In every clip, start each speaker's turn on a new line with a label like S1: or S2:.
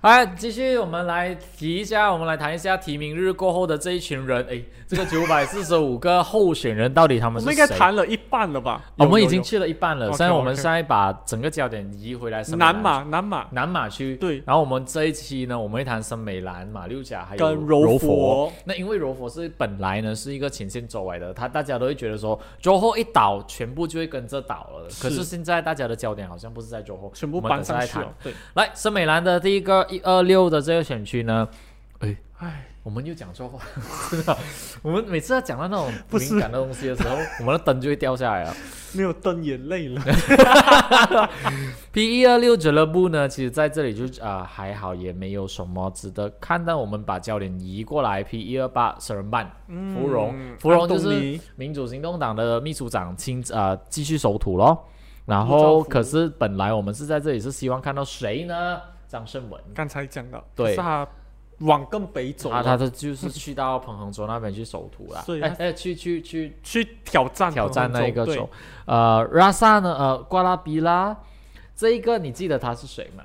S1: 好，继续我们来提一下，我们来谈一下提名日过后的这一群人。哎，这个九百四十五个候选人到底他
S2: 我
S1: 们是
S2: 们
S1: 谁？哦
S2: 应该谈了一半了吧？
S1: 我
S2: 有
S1: 们已
S2: 有
S1: 经
S2: 有
S1: 去了一半了，
S2: OK，
S1: 现在我
S2: OK
S1: 们现在把整个焦点移回来森美兰
S2: 南马南马
S1: 南马区。
S2: 对
S1: 然后我们这一期呢，我们会谈森美兰、马六甲还有
S2: 跟柔
S1: 佛
S2: 佛。
S1: 那因为柔佛是本来呢是一个前线周围的，他大家都会觉得说周后一倒，全部就会跟着倒了。可是
S2: 是
S1: 现在大家的焦点好像不是在周后，
S2: 全部
S1: 我们
S2: 搬
S1: 等下
S2: 上
S1: 再
S2: 去
S1: 谈
S2: 了。对，
S1: 来，森美兰的第一个一二六的这个选区呢，
S2: 唉，
S1: 我们又讲错 话，真的，我们每次要讲到那种
S2: 不是
S1: 敏感的东西的时候， 我们的灯就会掉下来啊了。
S2: 没有瞪眼泪了。
S1: P 一二六俱乐部呢，其实在这里就啊、呃还好，也没有什么值得看。但我们把焦点移过来，P 一二八圣人办， 芙蓉，芙蓉就
S2: 嗯安东
S1: 是
S2: 尼
S1: 民主行动党的秘书长亲啊、呃继续收徒咯。然
S2: 陆兆
S1: 后
S2: 福
S1: 可是本来我们是在这里是希望看到谁呢？张胜文，
S2: 刚才讲的，
S1: 对
S2: 可是他往更北走
S1: 他他
S2: 了，
S1: 的就是去到彭亨州那边去收徒啦
S2: 所以，他
S1: 哎哎去去去
S2: 去挑战
S1: 挑战那一个
S2: 对
S1: 球。呃，拉萨呢，呃，瓜拉比拉，这一个你记得他是谁吗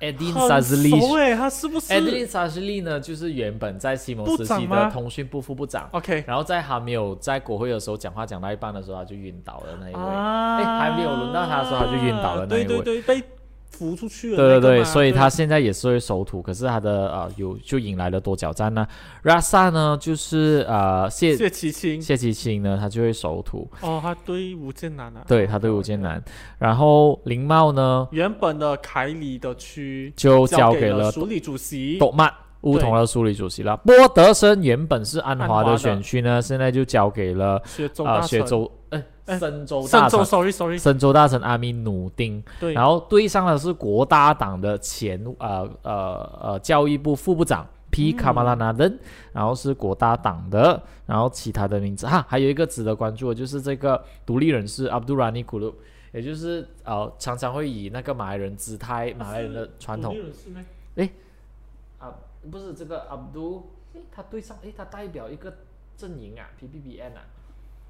S1: ？Edin
S2: 很
S1: Sazli
S2: 熟。哎，他是不是
S1: Edin Sazli 呢，就是原本在西蒙
S2: 部
S1: 时
S2: 长
S1: 期的
S2: 吗
S1: 通讯部副部长，
S2: ？OK
S1: 然后在还没有在国会的时候讲话讲到一半的时候，他就晕倒了那一位。
S2: 啊
S1: 哎还没有轮到他的时候他就晕倒了那一
S2: 对
S1: 位
S2: 对对，被扶出去了
S1: 对
S2: 那个嘛。
S1: 对对，所以他
S2: 对
S1: 现在也是会守土，可是他的呃有就引来了多角战呢。拉萨呢，就是呃谢
S2: 谢其清
S1: 谢其清呢，他就会守土，
S2: 哦，他对吴建南啊，
S1: 对他对吴建南。然后林茂呢，
S2: 原本的凯里的区
S1: 就交
S2: 给
S1: 给了
S2: 署理主席。
S1: 斗曼乌统的苏理主席了。波德森原本是安华的选区呢，现在就交给了
S2: 雪州
S1: 啊
S2: 大
S1: 雪
S2: 臣
S1: 州呃
S2: 哎
S1: 深州大
S2: 郑州
S1: 臣。
S2: ，sorry sorry，
S1: 深州大臣阿米努丁，
S2: 对，
S1: 然后对上的是国大党的前呃呃呃教育部副部长 P 卡马拉纳登，然后是国大党的，然后其他的名字哈，还有一个值得关注的就是这个独立人士 Abdul Rani k u l u 也就是呃常常会以那个马来人姿态、马来人的传统
S2: 独立人士咩
S1: 啊，不是这个 Abdul，诶，他对上诶，他代表一个阵营啊，PPBN 啊，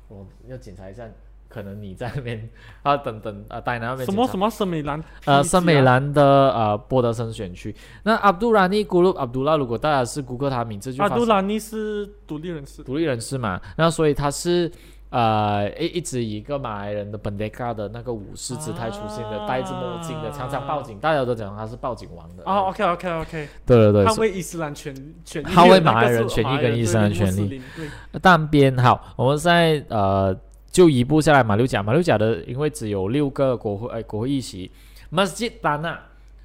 S1: 我要检查一下，可能你在那边啊，等等啊，戴南那边
S2: 什
S1: 检
S2: 么啊
S1: 查
S2: 什么森美兰，
S1: 呃，圣美兰的呃波德森选区，那 Abdul Rani g u l u Abdullah，如果大家是谷歌他的名字就
S2: 阿
S1: 发
S2: 啊杜
S1: 现
S2: 兰尼是独立人士，
S1: 独立人士嘛，那所以他是。呃，一一直以一个马来人的本 e 卡的那个武士姿态出现
S2: 啊
S1: 的，戴着墨镜的，常常报警，大家都讲他是报警王的。
S2: 哦，OK OK OK，
S1: 对对对，
S2: 捍卫伊斯兰权权益，
S1: 捍卫马来
S2: 那个是
S1: 人权益
S2: 马来
S1: 跟伊斯兰
S2: 对穆斯
S1: 权利
S2: 林对
S1: 但边好，我们现在呃就一步下来，马六甲，马六甲的因为只有六个国会呃国会议席，Masjid Tanah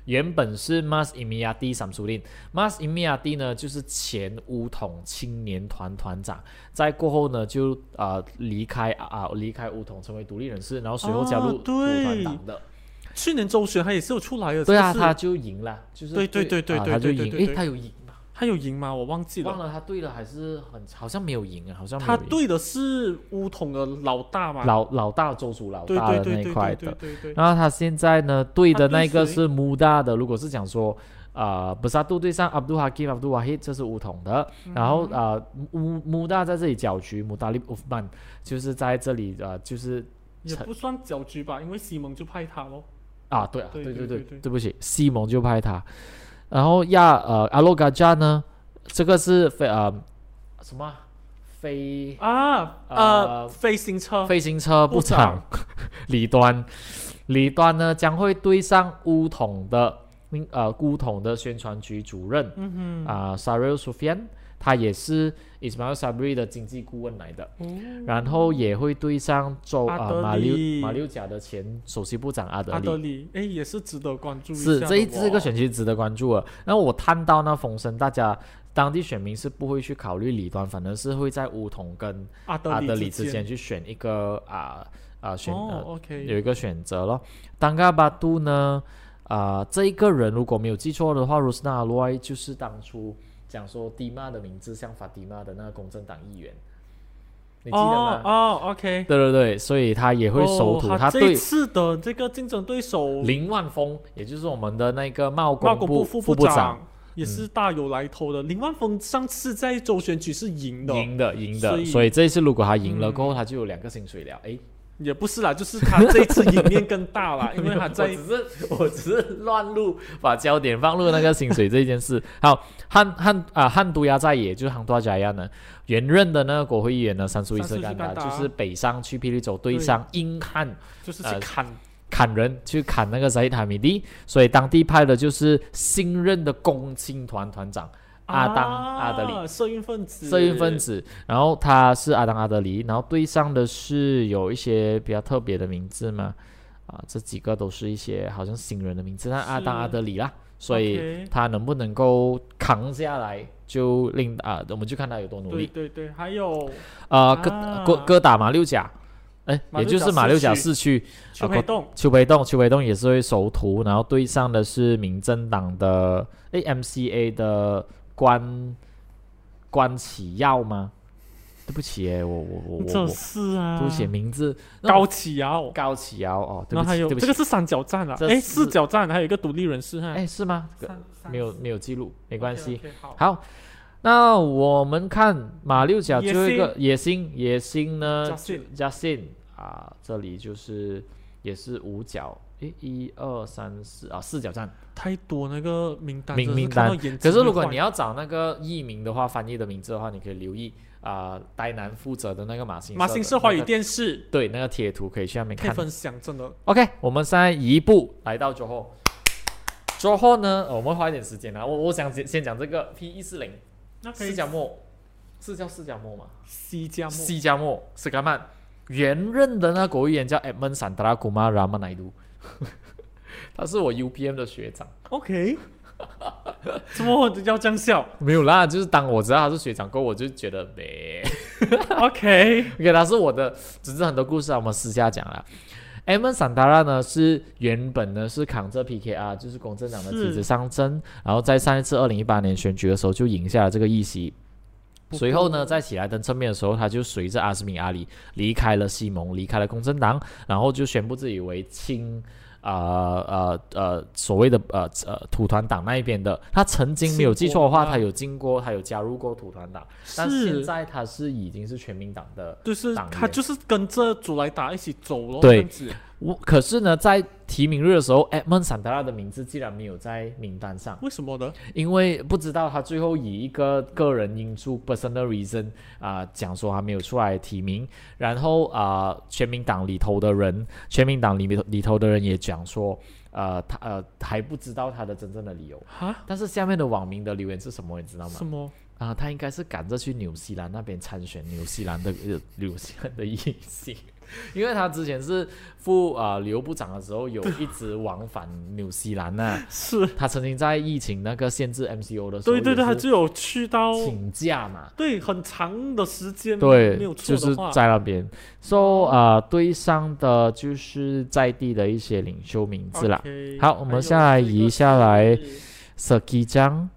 S1: 原本是 Mas Imiati Samsudin，Mas Imiati 呢就是前乌统青年团团长，在过后呢就呃离开啊、离开乌统成为独立人士，然后随后加入
S2: 啊
S1: 土
S2: 对
S1: 团党的，
S2: 去年周选他也是有出来的，
S1: 对啊，
S2: 是不是
S1: 他就赢了，就是
S2: 对对对对
S1: 啊
S2: 对
S1: 他就
S2: 对对
S1: 赢，
S2: 对
S1: 诶，
S2: 对
S1: 他有赢吗？
S2: 他有赢吗？我忘记
S1: 忘
S2: 了。
S1: 了他对了还是很好像没有赢啊，好像没有
S2: 他
S1: 赢。
S2: 对的是乌统的老大嘛？
S1: 老老大州属老
S2: 对
S1: 大
S2: 对
S1: 的那
S2: 对
S1: 一
S2: 对
S1: 块
S2: 对
S1: 的
S2: 对。对对，
S1: 然后他现在呢，对的
S2: 他对
S1: 那个
S2: 谁
S1: 是穆大的。如果是讲说，呃，布萨杜对上 Abdul Hakim Abdul Wahid，这是乌统的。
S2: 嗯
S1: 然后呃，穆穆大在这里搅局，穆达利乌夫曼就是在这里呃，就是
S2: 也不算搅局吧，因为西蒙就派他咯。
S1: 啊，对啊，
S2: 对
S1: 对
S2: 对
S1: 对
S2: 对对
S1: 对不起，西蒙就拍他。然后亚呃阿洛嘎加呢，这个是非呃什么啊非
S2: 啊，
S1: 呃
S2: 呃，飞行车，
S1: 飞行车部长 李端，李端呢将会对上乌统的嗯呃乌统的宣传局主任
S2: 嗯
S1: 啊、s a r i l Sufian，他也是 Ismail Sabri 的经济顾问来的，
S2: 哼，
S1: 然后也会对上周
S2: 嗯阿
S1: 啊、
S2: 德
S1: 马六
S2: 利
S1: 马六甲的前首席部长阿德
S2: 阿
S1: 利。
S2: 德里，哎，也是值得关注一
S1: 是
S2: 下
S1: 这一
S2: 的
S1: 这个
S2: 哦
S1: 选区值得关注了。然后我看到那风声，大家当地选民是不会去考虑李端，反而是会在乌统跟
S2: 阿德
S1: 阿德里
S2: 里
S1: 之间去选一个啊啊选呃
S2: 哦，OK，
S1: 有一个选择咯。当嘎巴杜呢，啊、这一个人如果没有记错的话，Rosna a l o y 就是当初讲说迪玛的名字像法迪玛的那个公正党议员，你记得吗？
S2: 哦哦，OK，
S1: 对对对，所以他也会守土，
S2: 哦
S1: 他
S2: 这
S1: 对
S2: 一次的这个竞争对手
S1: 林万峰，也就是我们的那个贸
S2: 贸
S1: 工
S2: 工
S1: 部
S2: 部副
S1: 副
S2: 部
S1: 长。嗯
S2: 长也是大有来头的。林万峰上次在州选举是赢的，
S1: 赢的，赢的，
S2: 所以
S1: 所以这一次如果他赢了
S2: 嗯
S1: 过后，他就有两个薪水了。诶，
S2: 也不是啦，就是他这次赢面更 大啦， 因为他在
S1: 哎我只是我只是乱入，把焦点放入那个薪水这件事。好，汉汉啊汉都亚在野就是杭多加亚呢，原任的那个国会议员呢，三叔一
S2: 三
S1: 色
S2: 叔一
S1: 干达
S2: 干达
S1: 就是北上去霹雳州对
S2: 对
S1: 上英汉
S2: 就是
S1: 呃
S2: 去砍
S1: 砍人，去砍那个塞塔米蒂，所以当地派的就是新任的共青团团长阿当阿德里。
S2: 里啊社运分子，
S1: 社运分子，然后他是阿当阿德里，然后对上的是有一些比较特别的名字嘛，啊，这几个都是一些好像新人的名字，那阿当
S2: 是
S1: 阿德里啦，所以
S2: OK
S1: 他能不能够扛下来，就令啊，我们就看他有多努
S2: 对
S1: 力。
S2: 对对，还有
S1: 啊，哥
S2: 啊
S1: 哥哥打马六甲，哎，
S2: 马
S1: 也
S2: 六
S1: 就是
S2: 甲
S1: 马
S2: 市
S1: 六甲
S2: 区
S1: 市区，
S2: 邱培栋，
S1: 邱培栋，邱培栋也是会首图，然后对上的是民政党的诶 MCA 的关关启耀吗？对不起耶，我我我我
S2: 这
S1: 我
S2: 是啊，
S1: 都写名字
S2: 高启尧，
S1: 高启耀哦，对
S2: 然
S1: 不
S2: 后还
S1: 起
S2: 有
S1: 对不
S2: 这
S1: 起
S2: 个，是三角站了，
S1: 这
S2: 哎，
S1: 是
S2: 四角站还有一个独立人士哈，
S1: 哎是吗？
S2: 三，
S1: 没有没有记录，没
S2: 没
S1: 关系。，
S2: 好，
S1: 好，那我们看马六甲最后一个野心，野心呢
S2: Justin
S1: 嘉信啊，这里就是也是五角，诶，一二三四啊，四角站。
S2: 太多那个名单，
S1: 名
S2: 真的
S1: 名单
S2: 看到眼睛
S1: 可是如果
S2: 会坏
S1: 你要找那个译名的话，翻译的名字的话，你可以留意啊、呃呆男负责的那个马新
S2: 马新
S1: 社
S2: 社
S1: 华
S2: 华
S1: 语
S2: 语电视
S1: 对那个贴图可以去那边
S2: 可以
S1: 看。
S2: 分享，真的
S1: OK，我们现在一步来到最后，最后呢、呃我们花一点时间啊，我我想先先讲这个 P 一四零
S2: 那可
S1: 四
S2: 以
S1: 角末，是叫四角末吗？
S2: 西加莫
S1: 西加莫斯卡曼，原任的那国议员叫 Edmund Santara Kumar Ramanaidu，他是我 UPM 的学长。
S2: ，OK，怎么我要这样笑
S1: 没有啦，就是当我知道他是学长过后，我就觉得呗。
S2: ？OK，
S1: OK，他是我的，只是很多故事啊，我们私下讲啦。e m m a Santara 呢是原本呢是扛着 PKR，就是公正党的
S2: 是
S1: 旗帜上阵，然后在上一次二零一八年选举的时候就赢下了这个议席。
S2: 不
S1: 随后
S2: 过
S1: 呢，在喜来登政变的时候，他就随着阿斯米阿里离开了西蒙，离开了公正党，然后就宣布自己为亲。啊呃呃，所谓的呃呃土团党那一边的，他曾经没有记错的
S2: 亲
S1: 话，
S2: 国
S1: 他有经过，他有加入过土团党，但现
S2: 是。
S1: 在他是已经是全民党的
S2: 就是
S1: 党
S2: 他
S1: 员
S2: 就是跟着祖莱达一起走咯，
S1: 对
S2: 这样子
S1: 我可是呢，在提名日的时候，Edmund Santara 的名字竟然没有在名单上，
S2: 为什么呢？
S1: 因为不知道他最后以一个个人因素 （personal reason） 啊、讲说他没有出来提名。然后啊、全民党里头的人，全民党里面里头的人也讲说，呃，他呃还不知道他的真正的理由。
S2: 哈？
S1: 但是下面的网民的留言是什么，你知道吗
S2: 什？么？
S1: 啊、他应该是赶着去纽西兰那边参选纽西兰的、呃、纽西兰的议席， 因为他之前是副啊、呃、旅游部长的时候，有一直往返纽西兰呐、
S2: 是
S1: 他曾经在疫情那个限制 MCO 的时候，
S2: 对对对，他就有去到
S1: 请假嘛，
S2: 对很长的时间，
S1: 对
S2: 没有，错
S1: 就
S2: 的
S1: 是
S2: 话，
S1: 在那边。So 啊、呃，对上的就是在地的一些领袖名字啦。
S2: OK，
S1: 好我
S2: 还有
S1: 们下来
S2: 这个
S1: 移下来
S2: 是
S1: Saki 江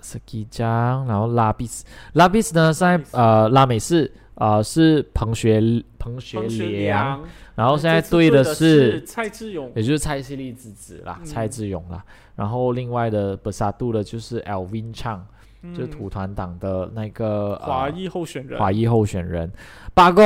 S1: ，Saki 江，然后拉比斯，拉比斯呢在
S2: 拉比斯
S1: 呃拉美市啊、呃是彭学彭学
S2: 彭学
S1: 良，
S2: 良，
S1: 然后现在
S2: 这次对
S1: 对的哎
S2: 是蔡志勇，
S1: 也就是蔡希丽之子啦，
S2: 嗯
S1: 蔡志勇啦，然后另外的本沙杜的就是 Elvin Chang，、就是
S2: 嗯
S1: 土团党的那个
S2: 华
S1: 呃
S2: 裔候选人。
S1: 华裔候选人，八个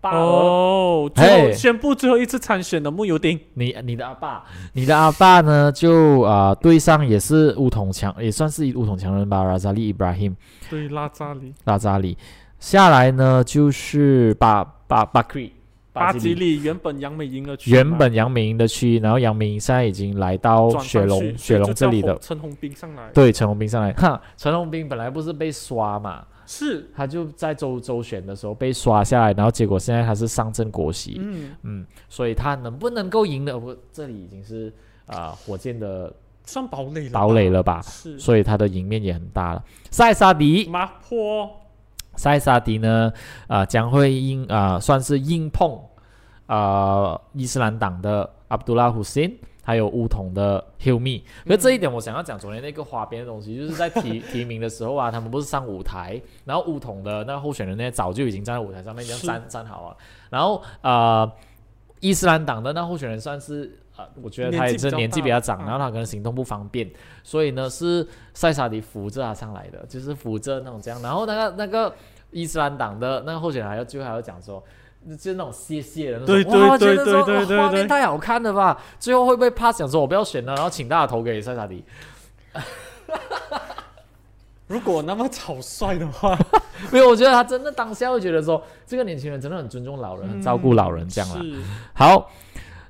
S1: 八个，
S2: 哦，最
S1: 嘿
S2: 后宣布最后一次参选的穆尤丁，
S1: 你你的阿爸，你的阿爸呢就啊、呃对上也是乌统强，也算是乌统强人吧，拉扎利 Ibrahim
S2: 对拉扎里、
S1: 拉扎里，下来呢就是巴巴巴克利
S2: 巴
S1: 基
S2: 吉里，原本杨美赢了去嘛，
S1: 原本阳明的区，然后阳明现在已经来到
S2: 转上
S1: 雪
S2: 去
S1: 龙雪龙这里的
S2: 就叫陈红斌上来，
S1: 对，陈宏斌上来，哈，陈宏斌本来不是被刷嘛，
S2: 是，
S1: 他就在周周选的时候被刷下来，然后结果现在他是上阵国席，嗯
S2: 嗯，
S1: 所以他能不能够赢的，我这里已经是啊、呃火箭的
S2: 算堡垒了吧，
S1: 堡垒了吧，
S2: 是
S1: 所以他的赢面也很大了。塞萨迪，
S2: 麻坡
S1: 塞萨迪呢，啊将会硬啊、算是硬碰啊伊斯兰党的阿卜杜拉·胡辛。还有乌统的 Hilmi，可是这一点我想要讲昨天那个花边的东西，就是在 提提名的时候啊，他们不是上舞台，然后乌统的那个候选人呢早就已经站在舞台上面这样
S2: 是
S1: 站站好了，然后呃伊斯兰党的那候选人算是呃，我觉得他也是年
S2: 年
S1: 纪
S2: 纪
S1: 比
S2: 比
S1: 较嗯
S2: 较
S1: 长，
S2: 大
S1: 然后他可能行动不方便，所以呢是塞萨迪扶着他上来的，就是扶着那种这样。然后那个那个伊斯兰党的那个候选人还要最后还要讲说，就是那种谢谢的那种，
S2: 对对
S1: 哇
S2: 对
S1: 觉得说
S2: 对对
S1: 哇
S2: 对
S1: 画面
S2: 对
S1: 太好看了吧？最后会不会 pass 想说我不要选了，然后请大家投给塞萨迪？
S2: 如果那么草率的话，
S1: 没有，我觉得他真的当下会觉得说，这个年轻人真的很尊重老人，很照顾老人这样啦。啊
S2: 是
S1: 好，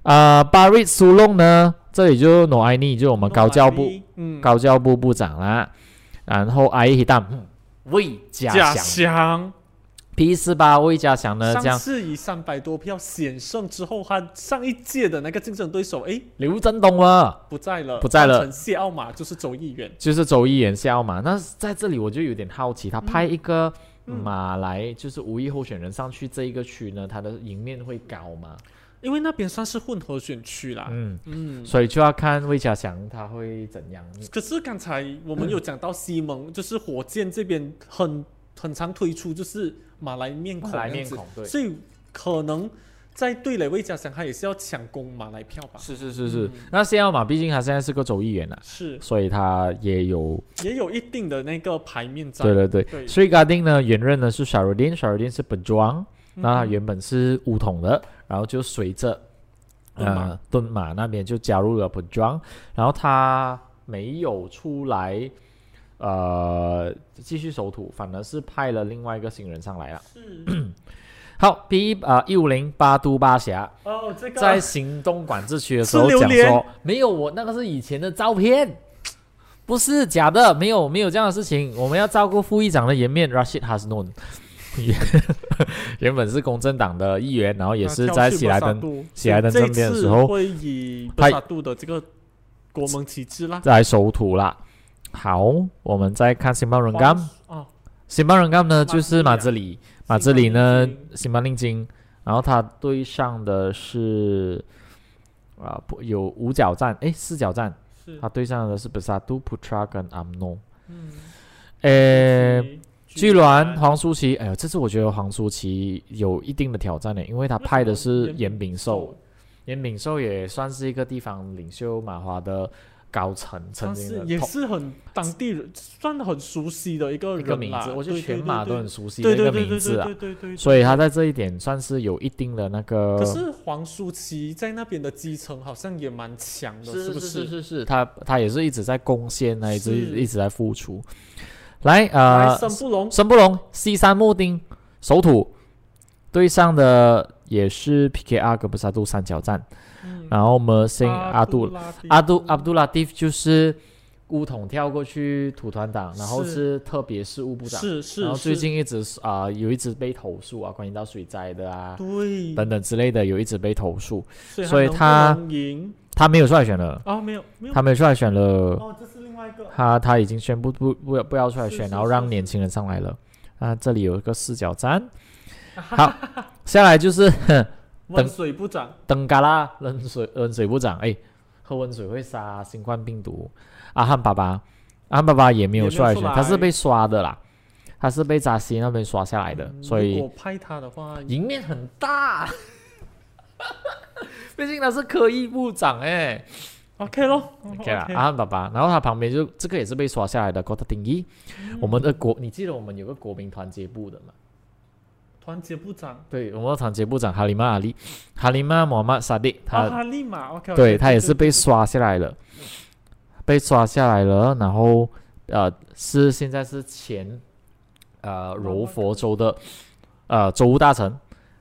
S1: 呃，巴瑞苏隆呢，这里就 No I n e 就是我们高教部，
S2: 嗯，
S1: 高教部部长啦，然后阿伊希达嗯魏家
S2: 假
S1: 祥
S2: 想
S1: P 四八魏家祥呢，这
S2: 上
S1: 样
S2: 次以三百多票险胜之后，他上一届的那个竞争对手哎
S1: 刘振东啊，
S2: 不在了，
S1: 不在了
S2: 换成谢奥马就是州议员，
S1: 就是周议员笑嘛。那在这里我就有点好奇，他派一个马来就是无意候选人上去这一个区呢，他的赢面会高吗？
S2: 因为那边算是混合选区啦。
S1: 嗯，嗯
S2: 嗯，
S1: 所以就要看魏家祥他会怎样。
S2: 可是刚才我们有讲到西蒙，就是火箭这边很很常推出就是马来面孔
S1: 马来
S2: 这样
S1: 面
S2: 子
S1: 孔对
S2: 所以可能在对垒魏家祥他也是要抢攻马来票吧？
S1: 是是是是
S2: 嗯，
S1: 那谢奥马毕竟他现在是个州议员啊，
S2: 是，
S1: 所以他也有
S2: 也有一定的那个牌面在。
S1: 对对对。
S2: 对
S1: Sri Gading 呢，原任呢是 Sharudin，Sharudin 是本庄，
S2: 嗯
S1: 那他原本是乌统的，然后就随着
S2: 敦马
S1: 呃敦马那边就加入了本庄，然后他没有出来呃继续守土，反而是派了另外一个新人上来了。
S2: 是
S1: 好，P 一啊一五零八都巴峡
S2: 哦，这个
S1: 在行动管制区的时候
S2: 是榴
S1: 讲
S2: 莲
S1: 说，没有我那个是以前的照片，不是假的，没有没有这样的事情，我们要照顾副议长的颜面。Rashid Hasnun 原本是公正党的议员，然后也是在喜来登
S2: 登
S1: 喜来登政变的时候
S2: 会以
S1: 他
S2: 波萨杜的这个国盟旗帜啦，
S1: 来守土啦。好，我们再看新巴伦甘，
S2: 哦，
S1: 新巴伦甘呢
S2: 马
S1: 就
S2: 自
S1: 是
S2: 立
S1: 马
S2: 啊
S1: 兹里，马兹里呢
S2: 新巴令，
S1: 新巴令金，然后他对上的是啊、不有五角战，诶，四角战。
S2: 是
S1: 他对上的是 b e s a d u Putra 跟 Amno。
S2: 嗯，
S1: 诶，呃
S2: 居
S1: 巨
S2: 居
S1: 鸾、黄舒淇，哎呦，这次我觉得黄舒淇有一定的挑战呢，因为他派的是严炳寿，，严炳寿也算是一个地方领袖马华的高层，曾
S2: 但
S1: 经
S2: 是
S1: 的
S2: 也
S1: 头
S2: 是很当地人，算很熟悉的一个
S1: 一
S2: 人
S1: 个名字，
S2: 啦
S1: 我觉得
S2: 对对
S1: 全
S2: 对
S1: 马
S2: 对
S1: 都很熟悉的
S2: 对
S1: 一个
S2: 对对
S1: 名
S2: 对
S1: 字啊
S2: 对，对对，
S1: 所以
S2: 对
S1: 他在这一点算是有一定的那个
S2: 可。是黄舒淇在那边的基层好像也蛮强的，
S1: 是
S2: 不
S1: 是
S2: 是？
S1: 是是，他他也是一直在贡献呢，一直
S2: 是
S1: 一直在付出。来，呃，
S2: 来，生不龙
S1: 神不龙 C 三木丁守土，对上的也是 PKR 格布萨杜三角战，
S2: 嗯
S1: 然后 m e r s i n 阿
S2: 杜
S1: 杜
S2: 拉蒂
S1: 阿杜阿杜拉蒂夫就是乌统跳过去土团党，然后
S2: 是
S1: 是特别事务部长，
S2: 是是，
S1: 然后最
S2: 是
S1: 近一直啊、有一直被投诉啊，关于到水灾的啊
S2: 对，
S1: 等等之类的，有一直被投诉，所
S2: 所
S1: 以他
S2: 他能不能赢
S1: 他没有出来选了，
S2: 啊，没有没有
S1: 他没有出来选了。
S2: 哦，这是另外一个
S1: 他他已经宣布不不要不要出来
S2: 是
S1: 选，
S2: 是
S1: 然后
S2: 是
S1: 让
S2: 是
S1: 年轻人上来了。啊，这里有一个四角 站，好，下来就是
S2: 温水部长，
S1: 登嘎拉冷水冷水部长，哎，喝温水会杀新冠病毒。阿汉爸爸，阿汉爸爸也没有
S2: 也没有
S1: 出来
S2: 出
S1: 选，他是
S2: 来
S1: 被刷的啦，他是被扎西那边刷下来的，
S2: 嗯
S1: 所以
S2: 如果拍他的话，
S1: 赢面很大。 毕竟他是科技部长哎、
S2: OK 咯
S1: OK 啦，啊阿汉爸爸，然后他旁边就这个也是被刷下来的 g o t a d i n g 我们的国，你记得我们有个国民团结部的嘛？
S2: 团结部长，
S1: 对，我们的团结部长哈里曼阿里，哈里曼穆罕默沙迪，他、
S2: 啊，他立马 OK，
S1: 对他也是嗯被刷下来了，被刷下来了，然后呃是现在是前呃柔佛州的呃州务大臣，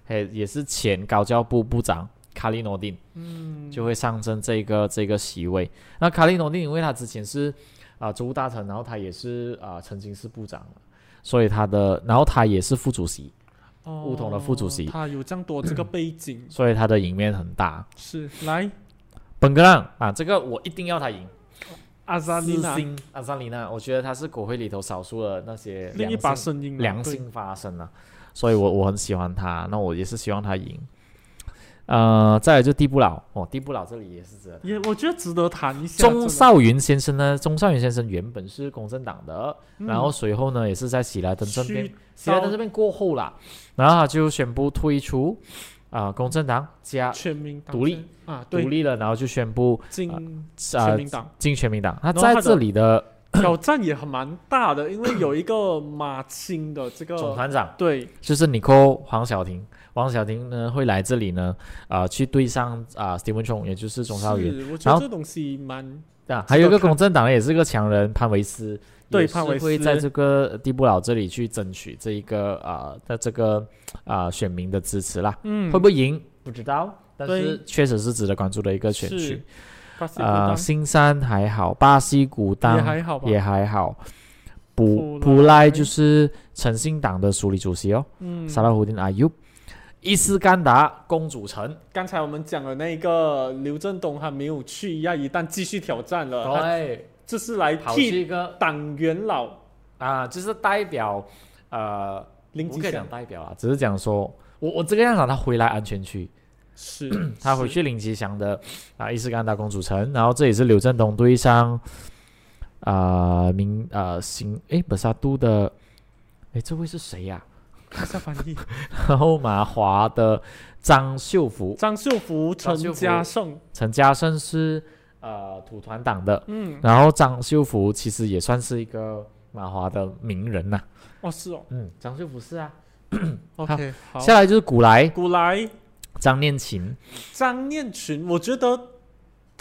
S1: 嘿也是前高教部部长卡利诺丁，嗯，就会上升这个这个席位。那卡利诺丁因为他之前是啊、州务大臣，然后他也是啊、曾经是部长嘛所以他的然后他也是副主席，
S2: 乌
S1: 巫统的副主席
S2: 哦他有这样多这个背 景
S1: 所以他的赢面很大。
S2: 是来
S1: 本格朗啊，这个我一定要他赢。
S2: 阿扎丽
S1: 四
S2: 娜
S1: 星阿扎丽娜，我觉得她是国会里头少数的那些
S2: 另一
S1: 良
S2: 把
S1: 性
S2: 声音啊，
S1: 良
S2: 对
S1: 性发声啊，所以我我很喜欢她，那我也是希望她赢。呃，再来就地不老哦，地不老这里也是值得。
S2: 也啊我觉得值得谈一下。真
S1: 钟
S2: 的
S1: 少云先生呢？钟少云先生原本是公正党的，
S2: 嗯
S1: 然后随后呢也是在喜来登这边
S2: 去，
S1: 喜来登这边过后啦，然后他就宣布退出啊、公正党加
S2: 全民党
S1: 独立
S2: 政啊，
S1: 独
S2: 对，
S1: 立了，然后就宣布
S2: 进
S1: 啊
S2: 全民党
S1: 进全民党。他
S2: 后
S1: 在
S2: 他的
S1: 这里的
S2: 挑战也很蛮大的，因为有一个马青的这
S1: 总
S2: 个
S1: 团长
S2: 对
S1: 就是你扣黄晓婷，黄晓婷呢会来这里呢，啊、去对上啊、Steven Chong，也就是钟少云
S2: 是我觉
S1: 然后
S2: 得这东西蛮
S1: 啊，还有一个
S2: 看
S1: 公正党也是个强人潘维斯，
S2: 对
S1: 也是
S2: 潘维斯
S1: 会在这个蒂布劳这里去争取这一个啊，在、这个啊、选民的支持啦，
S2: 嗯
S1: 会不会赢不知道，但
S2: 对
S1: 是确实是值得关注的一个选
S2: 是
S1: 区。
S2: 巴西
S1: 啊，
S2: 当
S1: 新山还好，巴西古当
S2: 也还好吧，
S1: 也还好。普普
S2: 普
S1: 赖
S2: 赖
S1: 就是诚信党的署理主席哦，
S2: 嗯，
S1: 萨拉胡丁阿尤，伊斯干达公主城，
S2: 刚才我们讲的那个刘振东还没有去，要一旦继续挑战了，他
S1: 对，
S2: 这是来
S1: 哦哎跑
S2: 替
S1: 去一个
S2: 党元老
S1: 啊，就是代表呃，
S2: 林
S1: 不
S2: 吉
S1: 可以
S2: 祥
S1: 讲代表啊，只是讲说我我这个样讲他回来安全区，
S2: 是
S1: 他回去林吉祥的啊伊斯干达公主城，然后这也是刘振东对上啊、明啊、新诶本沙都的，诶这位是谁呀、
S2: 是下翻译，
S1: 然 后马华的张秀福，
S2: 张秀福、
S1: 张
S2: 陈
S1: 秀福
S2: 嘉盛，
S1: 陈嘉盛是呃土团党的，
S2: 嗯，
S1: 然后张秀福其实也算是一个马华的名人呐、
S2: 哦是哦
S1: 嗯，张秀福是啊。
S2: ，OK，好，
S1: 下来就是古来
S2: 古来
S1: 张念琴，
S2: 张念群，我觉得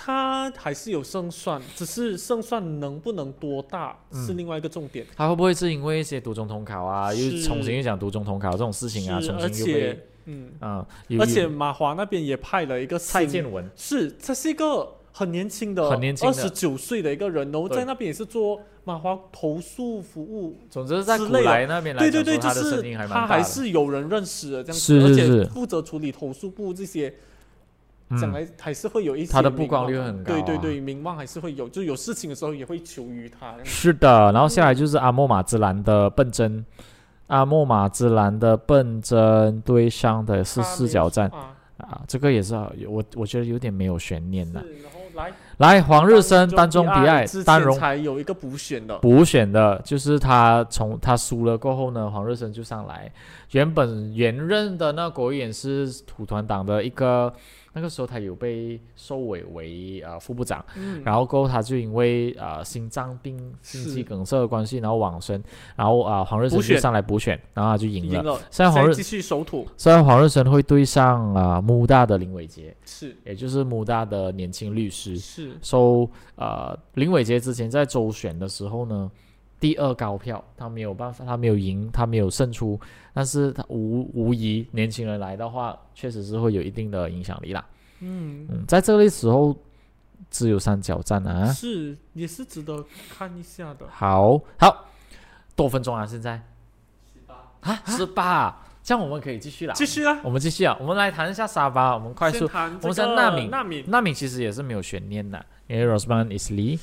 S2: 他还是有胜算，只是胜算能不能多大
S1: 嗯
S2: 是另外一个重点。
S1: 他会不会是因为一些读中同考啊，又
S2: 是
S1: 重新又讲读中同考这种事情啊，
S2: 是
S1: 重
S2: 而
S1: 新又被
S2: 且，嗯，
S1: 嗯，又
S2: 而且马华那边也派了一个
S1: 蔡
S2: 新
S1: 建文
S2: 是，这是一个很年轻的，
S1: 很年轻
S2: 二
S1: 的
S2: 十九岁的一个人，然后
S1: 对
S2: 在那边也是做马华投诉服务。
S1: 总之在
S2: 之
S1: 古
S2: 类的
S1: 来那边来
S2: 对对
S1: 讲说
S2: 对，就
S1: 他的
S2: 是
S1: 声音蛮
S2: 他
S1: 大
S2: 还
S1: 的，
S2: 是有人认识的这样子，
S1: 是是
S2: 而
S1: 是
S2: 且负责处理投诉部这些，讲
S1: 嗯，
S2: 来还是会有一些
S1: 他的曝光率
S2: 名望
S1: 很高啊
S2: 对对对，名望还是会有，就有事情的时候也会求于他。
S1: 是的，然后下来就是阿莫马兹兰的笨针，阿莫马兹兰的笨针对上的是
S2: 他没
S1: 四角战
S2: 啊，
S1: 啊，这个也是啊有我我觉得有点没有悬念
S2: 是，
S1: 了。
S2: 然后来
S1: 来，黄日升
S2: 当
S1: 单中比爱
S2: 之
S1: 单
S2: 前
S1: 荣
S2: 才有一个补选的，
S1: 补选的，就是他从他输了过后呢，黄日升就上来。原本原任的那国议员是土团党的一个，那个时候他有被收委为呃副部长，
S2: 嗯，
S1: 然后过后他就因为呃心脏病、心肌
S2: 是
S1: 梗塞的关系，然后往生，然后啊、呃黄日升
S2: 补
S1: 就
S2: 选
S1: 上来补选，然后他就赢
S2: 赢
S1: 了。
S2: 了，
S1: 现在黄日
S2: 继续守土
S1: 虽然黄日升会对上啊、呃、穆大的林伟杰，
S2: 是
S1: 也就是穆大的年轻律师。
S2: 是
S1: so 呃，林伟杰之前在周选的时候呢，第二高票，他没有办法，他没有赢，他没有胜出，但是他无无疑年轻人来的话，确实是会有一定的影响力啦。
S2: 嗯。
S1: 嗯，在这类时候只有三角战啊。
S2: 是，也是值得看一下的。
S1: 好好，多分钟啊，现在啊十八，这样我们可以继续啦。
S2: 继续啊，
S1: 我们继续啊，我们来谈一下沙巴，我们快
S2: 先
S1: 速。
S2: 谈
S1: 我
S2: 这
S1: 们在
S2: 个
S1: 纳米
S2: 纳米，
S1: 纳米其实也是没有悬念的，因为 Rosman Isli，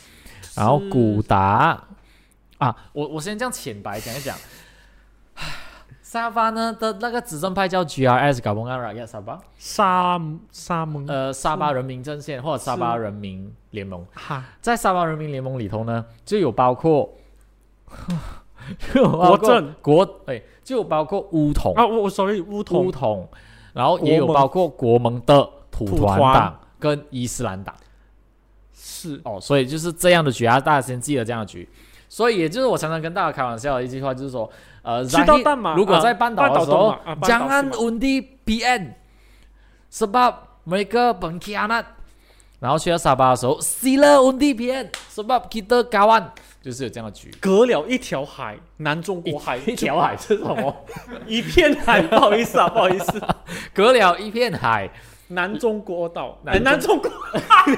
S1: 然后古达啊，我我先这样浅白讲一讲。沙巴呢的那个执政派叫 GRS 搞崩阿拉亚沙巴，
S2: 沙沙蒙
S1: 呃，沙巴人民阵线或者沙巴人民联盟，
S2: 哈
S1: 在沙巴人民联盟里头呢，就有包括就有包括
S2: 国 政
S1: 国，哎，就有包括乌统、
S2: 啊，我我 sorry 乌
S1: 乌
S2: 统
S1: 统，然后也有
S2: 国盟
S1: 包括国盟的土
S2: 土
S1: 团
S2: 团
S1: 党跟伊斯兰党。
S2: 是
S1: 哦，所以就是这样的局啊，大家先记得这样的局。所以也就是我常常跟大家开玩笑的一句话，就是说，呃，
S2: 去到
S1: Zahid
S2: 淡马
S1: 如果
S2: 啊
S1: 在半岛
S2: 半
S1: 的
S2: 岛
S1: 时
S2: 东
S1: 候
S2: 马啊半，岛
S1: jangan
S2: Timur
S1: undi PN sebab mereka pengkhianat。然后去到沙巴的时候，sila undi PN sebab kita kawan，就是有这样的局。
S2: 隔了一条海，南中国海，
S1: 一条海是什么？
S2: 一片 海，不好意思啊，不好意思，
S1: 隔了一片 海，
S2: 南中国岛，
S1: 南
S2: 哎，
S1: 中
S2: 南中国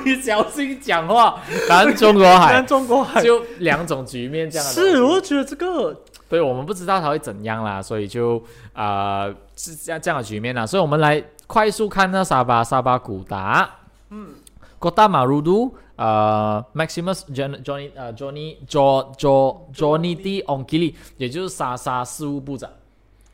S1: 你小心讲话。南中国海
S2: 南中国海
S1: 就两种局面这样的东西。
S2: 是，我觉得这个
S1: 对，我们不知道它会怎样啦，所以就啊、呃是这样这样的局面啦，所以我们来快速看那沙巴沙巴古达，嗯，国大马鲁都，呃，Maximus John Johnny 呃 Johnny Jo Jo Johnny D Onkili，也就是沙沙事务部长。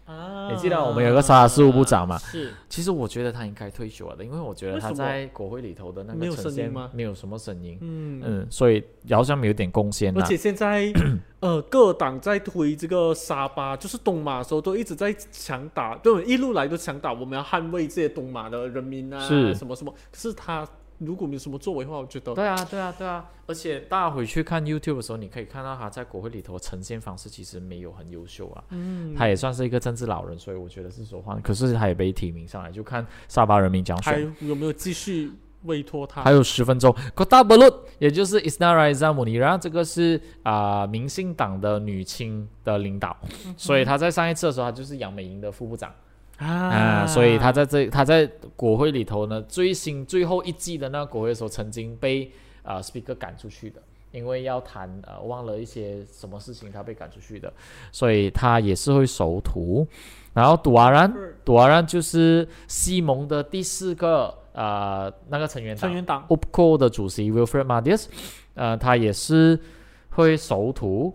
S2: 啊
S1: 你记得我们有个沙拉事务部长嘛
S2: 是
S1: 其实我觉得他应该退休了的，因为我觉得
S2: 为什
S1: 他
S2: 么
S1: 在国会里头的那
S2: 没
S1: 个
S2: 有
S1: 呈
S2: 声音
S1: 现
S2: 吗
S1: 没有什么声音，
S2: 嗯。
S1: 嗯，所以好像没有点贡献
S2: 而
S1: 啦。
S2: 且现在，呃，各党在推这个沙巴，就是东马的时候，都一直在强打，对，一路来都强打，我们要捍卫这些东马的人民啊，
S1: 是
S2: 什么什么。可是他如果没有什么作为的话，我觉得
S1: 对啊，对啊，对啊！而且大家回去看 YouTube 的时候，你可以看到他在国会里头呈现方式其实没有很优秀啊。嗯，他也算是一个政治老人，所以我觉得是说话。可是他也被提名上来，就看沙巴人民奖
S2: 还
S1: 选。
S2: 有没有继续委托他？
S1: 还有十分钟 k o t a b e l u t 也就是 Isnara i s a m u n i r a 这个是啊、民进党的女青的领导，所以他在上一次的时候，他就是杨美莹的副部长。啊、所以他在这他在国会里头呢，最新最后一季的那个国会的时候，曾经被呃 speaker 赶出去的，因为要谈呃忘了一些什么事情，他被赶出去的，所以他也是会首图。然后杜阿然，杜阿然就是西蒙的第四个呃那个成员党
S2: 成员党
S1: OPCO 的主席 Wilfred Madias，呃，他也是会首图，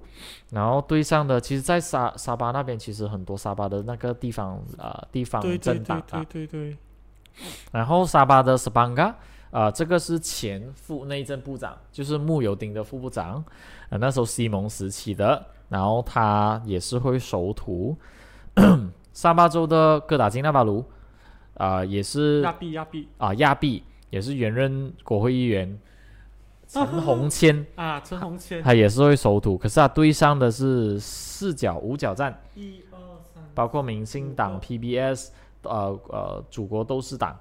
S1: 然后对上的，其实，在沙沙巴那边，其实很多沙巴的那个地方呃地方
S2: 对对
S1: 政党
S2: 对
S1: 啊，
S2: 对对对，
S1: 然后沙巴的 s p a n g a 啊，这个是前副内政部长，就是穆尤丁的副部长，呃，那时候西蒙时期的，然后他也是会首图。 沙巴州的哥打金纳巴卢，啊、也是
S2: 亚庇亚庇
S1: 啊，亚庇也是原任国会议员陈洪谦，
S2: 啊，陈红谦
S1: 他也是会首土，可是他对上的是四角五角战，
S2: 一二三，
S1: 包括民进党、
S2: 嗯
S1: PBS、呃呃祖国斗士党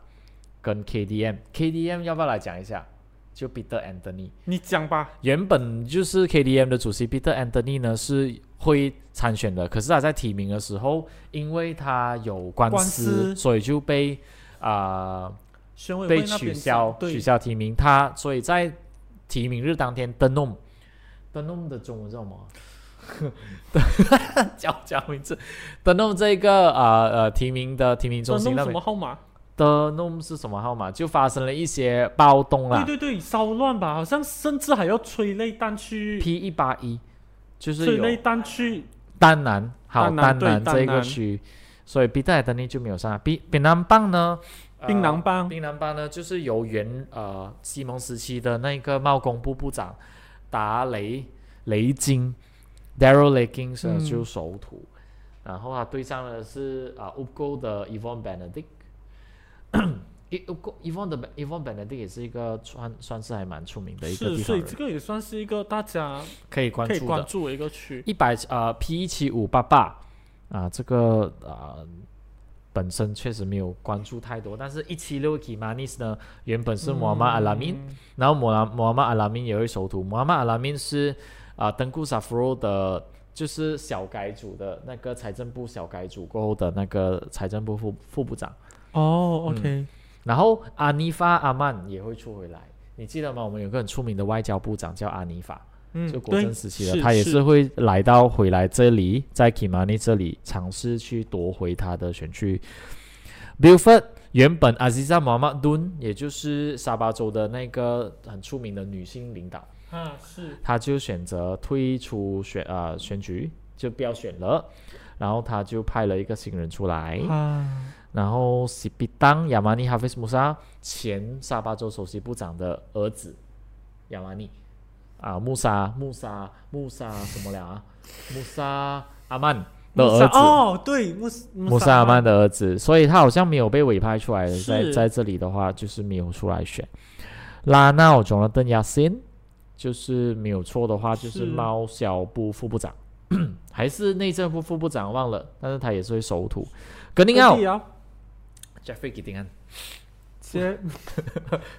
S1: 跟 KDM。KDM 要不要来讲一下？就 Peter Anthony，
S2: 你讲吧。
S1: 原本就是 KDM 的主席 Peter Anthony 呢是会参选的，可是他在提名的时候，因为他有官司，
S2: 官司
S1: 所以就被啊。呃
S2: 选委
S1: 被
S2: 会那
S1: 取
S2: 边
S1: 消
S2: 讲对
S1: 取消提名，他所以在提名日当天登弄登弄的中文叫什么？ 叫叫名字，登弄这个呃呃提名的提名中
S2: 那
S1: 心
S2: 弄
S1: 那
S2: 什么
S1: 边，
S2: 号码？
S1: 登弄是什么号码？就发生了一些暴动啦
S2: 对对对，骚乱吧，好像甚至还要催泪弹去，
S1: ，P 一八一就是
S2: 催泪
S1: 有
S2: 弹去，
S1: 丹南好
S2: 丹南对
S1: 南这
S2: 丹
S1: 个
S2: 南
S1: 区，所以 b 特 t 登 n 就没有上来。比比南棒呢？呃
S2: 槟榔帮
S1: 槟榔帮呢，就是由原呃西蒙时期的那个贸工部部长达雷雷金 Daryl Leggings 呢
S2: 嗯
S1: 就首土，然后他对上的是啊、呃、UPGO 的 Evon Benedict。UPGO Evon 的 Evon Benedict 也是一个算算是还蛮出名的一个
S2: 是，
S1: 地
S2: 所
S1: 方
S2: 以
S1: 人
S2: 这，个也算是一个大家
S1: 可以关
S2: 可以
S1: 注
S2: 关
S1: 的。
S2: 注的一嗯个区。
S1: 一百呃 P 一七五八八啊，这个啊、呃本身确实没有关注太多，但是一七六 Kimanis 呢，原本是摩阿阿拉敏，
S2: 嗯
S1: 然后摩拉摩阿阿拉敏也会首图，摩阿阿拉敏是啊、登古萨弗罗的。就是小改组的那个财政部小改组过后的那个财政部副副部长，
S2: 哦，OK，
S1: 嗯然后阿尼法阿曼也会出回来，你记得吗？我们有个很出名的外交部长叫阿尼法，
S2: 嗯，
S1: 就国
S2: 对
S1: 政时期的，
S2: 是
S1: 他也是
S2: 是
S1: 会来到回来这里，在 Kimani 这里尝试去夺回他的选区。Buford 原本 Aziza Muhammad Dun，也就是沙巴州的那个很出名的女性领导，
S2: 啊，是
S1: 她就选择退出选呃选举，就不要选了。然后他就派了一个新人出来，
S2: 啊，
S1: 然后 s i b i t a n g Yamani Hafiz Musa 前沙巴州首席部长的儿子 Yamani 啊，穆沙穆沙穆沙什么了啊？穆沙阿曼的
S2: 穆
S1: 儿
S2: 萨
S1: 子，
S2: 哦，对，穆斯
S1: 穆
S2: 穆
S1: 沙阿曼
S2: 曼
S1: 的儿子，所以他好像没有被委派出来的，在
S2: 是
S1: 在这里的话就是没有出来选。拉纳尔中了邓亚辛，就是没有错的话就是
S2: 是
S1: 猫小部副部长， 还是内政部副部长忘了，但是他也是会守土。格林奥
S2: 地啊，
S1: Jeffrey 吉丁安。
S2: 切
S1: 嗯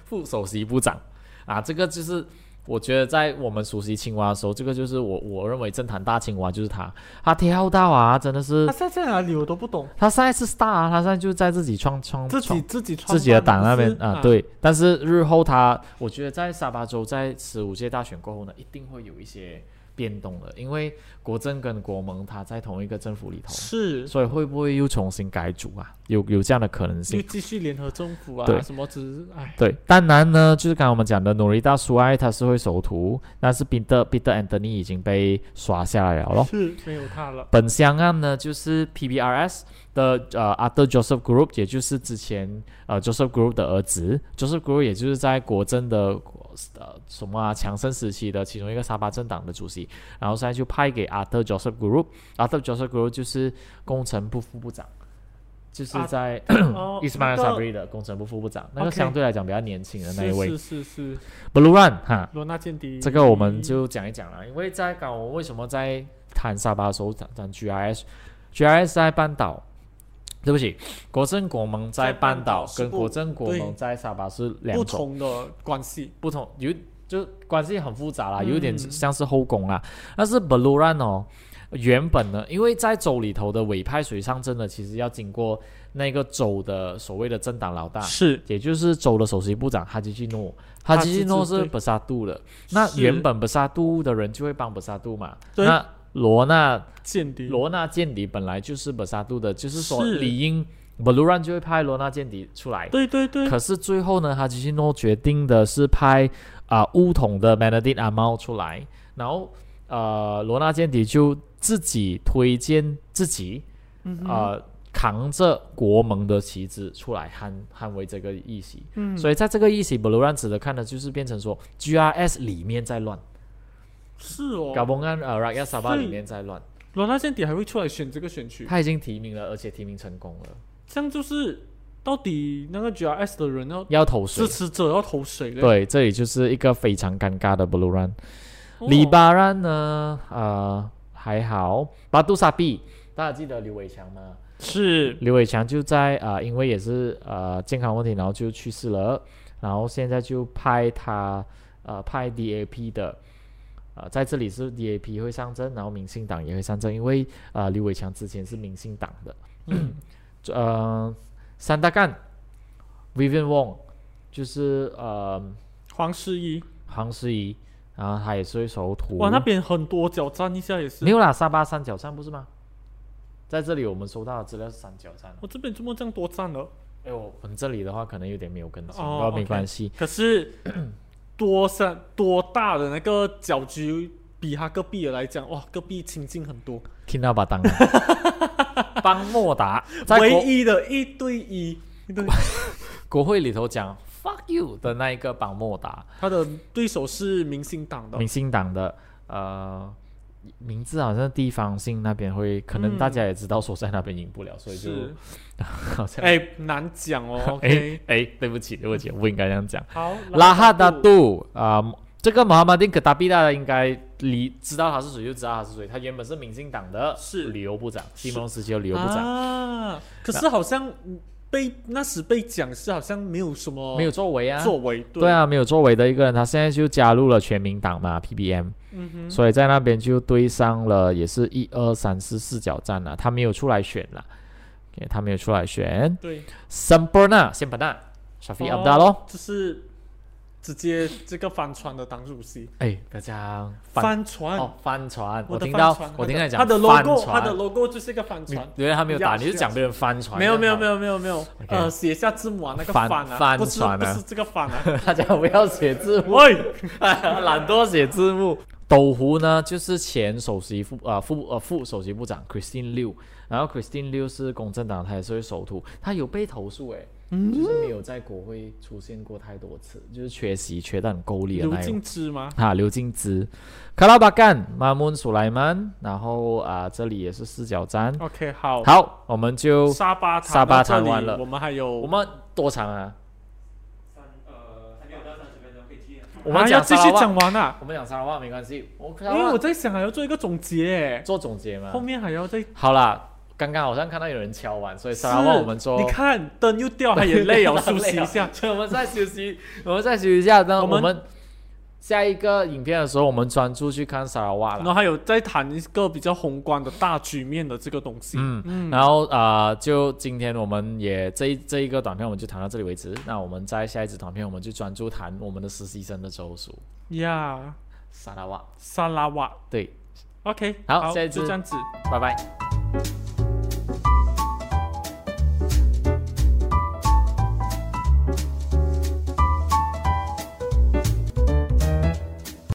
S1: 副首席部长啊，这个就是我觉得在我们熟悉青蛙的时候，这个就是我我认为政坛大青蛙就是他，他跳到啊，真的是
S2: 他现在在哪里我都不懂，
S1: 他现在是 star，、啊、他现在就在自己创创
S2: 自己
S1: 创
S2: 自己创
S1: 嗯自己的
S2: 办
S1: 党那
S2: 不
S1: 边
S2: 是
S1: 啊，，对，但是日后他，我觉得在沙巴州在十五届大选过后呢，一定会有一些变动的，因为国政跟国盟他在同一个政府里头，
S2: 是
S1: 所以会不会又重新改组啊？有有这样的可能性
S2: 又。继续联合政府
S1: 对
S2: 啊，什么只哎，
S1: 对，丹南呢，就是刚刚我们讲的努力大苏埃，他是会首图，但是彼得彼得安德尼已经被刷下来了咯。
S2: 是没有他了，
S1: 本香案呢，就是 PBRS 的呃 Arthur Joseph Group，也就是之前呃 Joseph Group 的儿子，Joseph Group 也就是在国政的呃什么啊强盛时期的其中一个沙巴政党的主席，然后现在就派给 Arthur Joseph Group，Arthur Joseph Group 就是工程部副部长。就是
S2: 啊
S1: 在
S2: 哦
S1: 伊斯曼
S2: 那
S1: 萨
S2: 个
S1: 布里的工程部副部长，那个
S2: OK
S1: 相对来讲比较年轻的那一位
S2: 是是是是，
S1: Bluran 哈，
S2: 罗纳间谍。
S1: 这个我们就讲一讲了，因为在港，我为什么在谈沙巴的时候谈谈 GIS，GIS 在半岛，对不起，国政国盟在
S2: 在
S1: 半
S2: 半
S1: 岛
S2: 岛
S1: 跟
S2: 是不
S1: 国政国
S2: 对
S1: 盟在沙巴是两
S2: 不
S1: 种
S2: 同的关系。
S1: 不同，有就关系很复杂啦，有一点
S2: 嗯
S1: 像是后宫啦。但是 b e l u r a n 哦，原本呢，因为在州里头的委派水上政呢，其实要经过那个州的所谓的政党老大，
S2: 是
S1: 也就是州的首席部长哈吉吉诺。哈吉吉诺
S2: 哈吉吉
S1: 是
S2: 诺对
S1: 本沙杜的，那
S2: 是
S1: 原本本沙杜的人就会帮本沙杜嘛。
S2: 对
S1: 那罗纳
S2: 间谍。
S1: 罗纳间谍本来就是本沙杜的，就是说
S2: 是
S1: 理应 b e l u r a n 就会派罗纳间谍出来。
S2: 对对对，
S1: 可是最后呢，哈吉西诺决定的是拍啊、乌统的 m a n a d i n 阿猫出来，然后呃罗纳间谍就自己推荐自己
S2: 嗯哼
S1: 啊、扛着国盟的旗帜出来捍捍卫这个议席，
S2: 嗯，
S1: 所以在这个议席，布鲁兰指的看的就是变成说 GRS 里面在乱，
S2: 是
S1: 嘎
S2: 哦。
S1: 嘣安呃 Rakyat s a b a
S2: 所以
S1: 里面在乱，
S2: 罗纳间谍还会出来选这个选区，
S1: 他已经提名了，而且提名成功了，
S2: 这样就是到底那个 GRS 的人要
S1: 要投谁
S2: 支？持者要投谁嘞？
S1: 对，这里就是一个非常尴尬的布鲁兰。
S2: 哦，
S1: 黎巴嫩呢，呃，还好。巴杜沙比，大家记得刘伟强吗？
S2: 是
S1: 刘伟强就在啊、呃因为也是呃健康问题，然后就去世了。然后现在就派他呃派 DAP 的，呃，在这里是 DAP 会上阵，然后民进党也会上阵，因为呃刘伟强之前是民进党的。
S2: 嗯
S1: 呃，三大干，Vivian Wong 就是呃
S2: 黄世一。
S1: 黄诗怡，然后他也是会守土。
S2: 哇，那边很多脚站一下也是
S1: 没。有啦，沙巴三角站不是吗？在这里我们收到的资料是三角啊站。
S2: 我这边怎么这样多哦站了？
S1: 哎，我们这里的话可能有点没有跟进，
S2: 哦
S1: 不过没
S2: OK
S1: 关系。
S2: 可是多山多大的那个搅局，比他隔壁的来讲，哇，隔壁清净很多。
S1: 听到吧，当然， 邦莫达在
S2: 唯
S1: 国
S2: 一的一对一，一对
S1: 国会里头讲 “fuck you” 的那一个邦莫达，
S2: 他的对手是明星党的
S1: 民，进党的呃名字好像地方性那边会，可能
S2: 嗯
S1: 大家也知道说在那边赢不了，所以就是 好像
S2: 哎、难讲哦。
S1: 哎
S2: OK，
S1: 哎，对不起对不起，我不应该这样讲。
S2: 好，
S1: 拉哈达
S2: 杜
S1: 杜啊、这个马哈马丁可达比大家应该离知道他是谁就知道他是谁，他原本是民进党的
S2: 是
S1: 旅游部长，
S2: 是
S1: 西蒙时期的旅游部长，
S2: 啊，可是好像被那时被讲是好像没有什么
S1: 没有作为啊。
S2: 哦作为，对
S1: 对，啊，没有作为的一个人，他现在就加入了全民党嘛，PBM，、
S2: 嗯哼，
S1: 所以在那边就对上了，也是一二三四四角战啊了，他没有出来选了 o 他没有出来选。
S2: 对，
S1: 森伯纳，先把那，沙菲
S2: 哦
S1: 阿达咯，
S2: 就是直接这个帆船的党主席，
S1: 哎，大家翻
S2: 帆船。
S1: 哦翻船，我
S2: 的
S1: 听
S2: 帆
S1: 到
S2: 船
S1: 我听
S2: 他
S1: 到
S2: 的
S1: 你讲
S2: 他的
S1: 帆
S2: logo，
S1: 船
S2: 他的 logo 就是一个帆船。
S1: 原来他没有打，
S2: 要
S1: 你是讲别人翻船？
S2: 没有没有没
S1: 有，
S2: 有没有没有，呃，写下字母啊，那个
S1: 帆
S2: 帆
S1: 帆
S2: 啊，不是
S1: 船
S2: 不
S1: 啊
S2: 是这个帆啊，
S1: 大家不要写字幕，
S2: 喂，
S1: 懒惰写字幕。斗湖呢，就是前首席副呃副呃副首席部长 Christine Liu，然后 Christine Liu 是公正党，他也是会守土，他有被投诉诶，
S2: 嗯
S1: 就是没有在国会出现过太多次，就是缺席缺得很够力的
S2: 刘
S1: 那一种
S2: 静。之吗？
S1: 啊，刘静之、卡拉巴干、马穆苏莱曼，然后啊、这里也是四角战。
S2: OK，好，
S1: 好，我们就
S2: 沙巴谈
S1: 沙巴
S2: 到这
S1: 谈完
S2: 里
S1: 了
S2: 我们还有
S1: 我们多长啊？我
S2: 我
S1: 们
S2: 要
S1: 讲
S2: 继
S1: 沙
S2: 续
S1: 拉哇
S2: 讲完啊，
S1: 我们讲沙拉话没关系，我沙
S2: 因
S1: 拉
S2: 为
S1: 哇
S2: 我在想还要做一个总结，
S1: 做总结嘛
S2: 后。面还要再
S1: 好啦，刚刚好像看到有人敲碗，所以沙拉话
S2: 是
S1: 我们做。
S2: 你看灯又掉，他也累了，休息一 下。
S1: 所以我们再休息，我们再休息一下。等我
S2: 我们
S1: 们下一个影片的时候，我们专注去看沙拉哇
S2: 然
S1: 了。
S2: 后还有再谈一个比较宏观的大局面的这个东西。
S1: 嗯，然后啊、呃就今天我们也这一这一个短片我们就谈到这里为止。那我们在下一支短片，我们就专注谈我们的实习生的州属
S2: 呀，
S1: 沙拉哇。
S2: 沙拉瓦
S1: 对，
S2: ，OK，
S1: 好下一支
S2: 就这样子。
S1: 拜拜。
S2: 拜拜。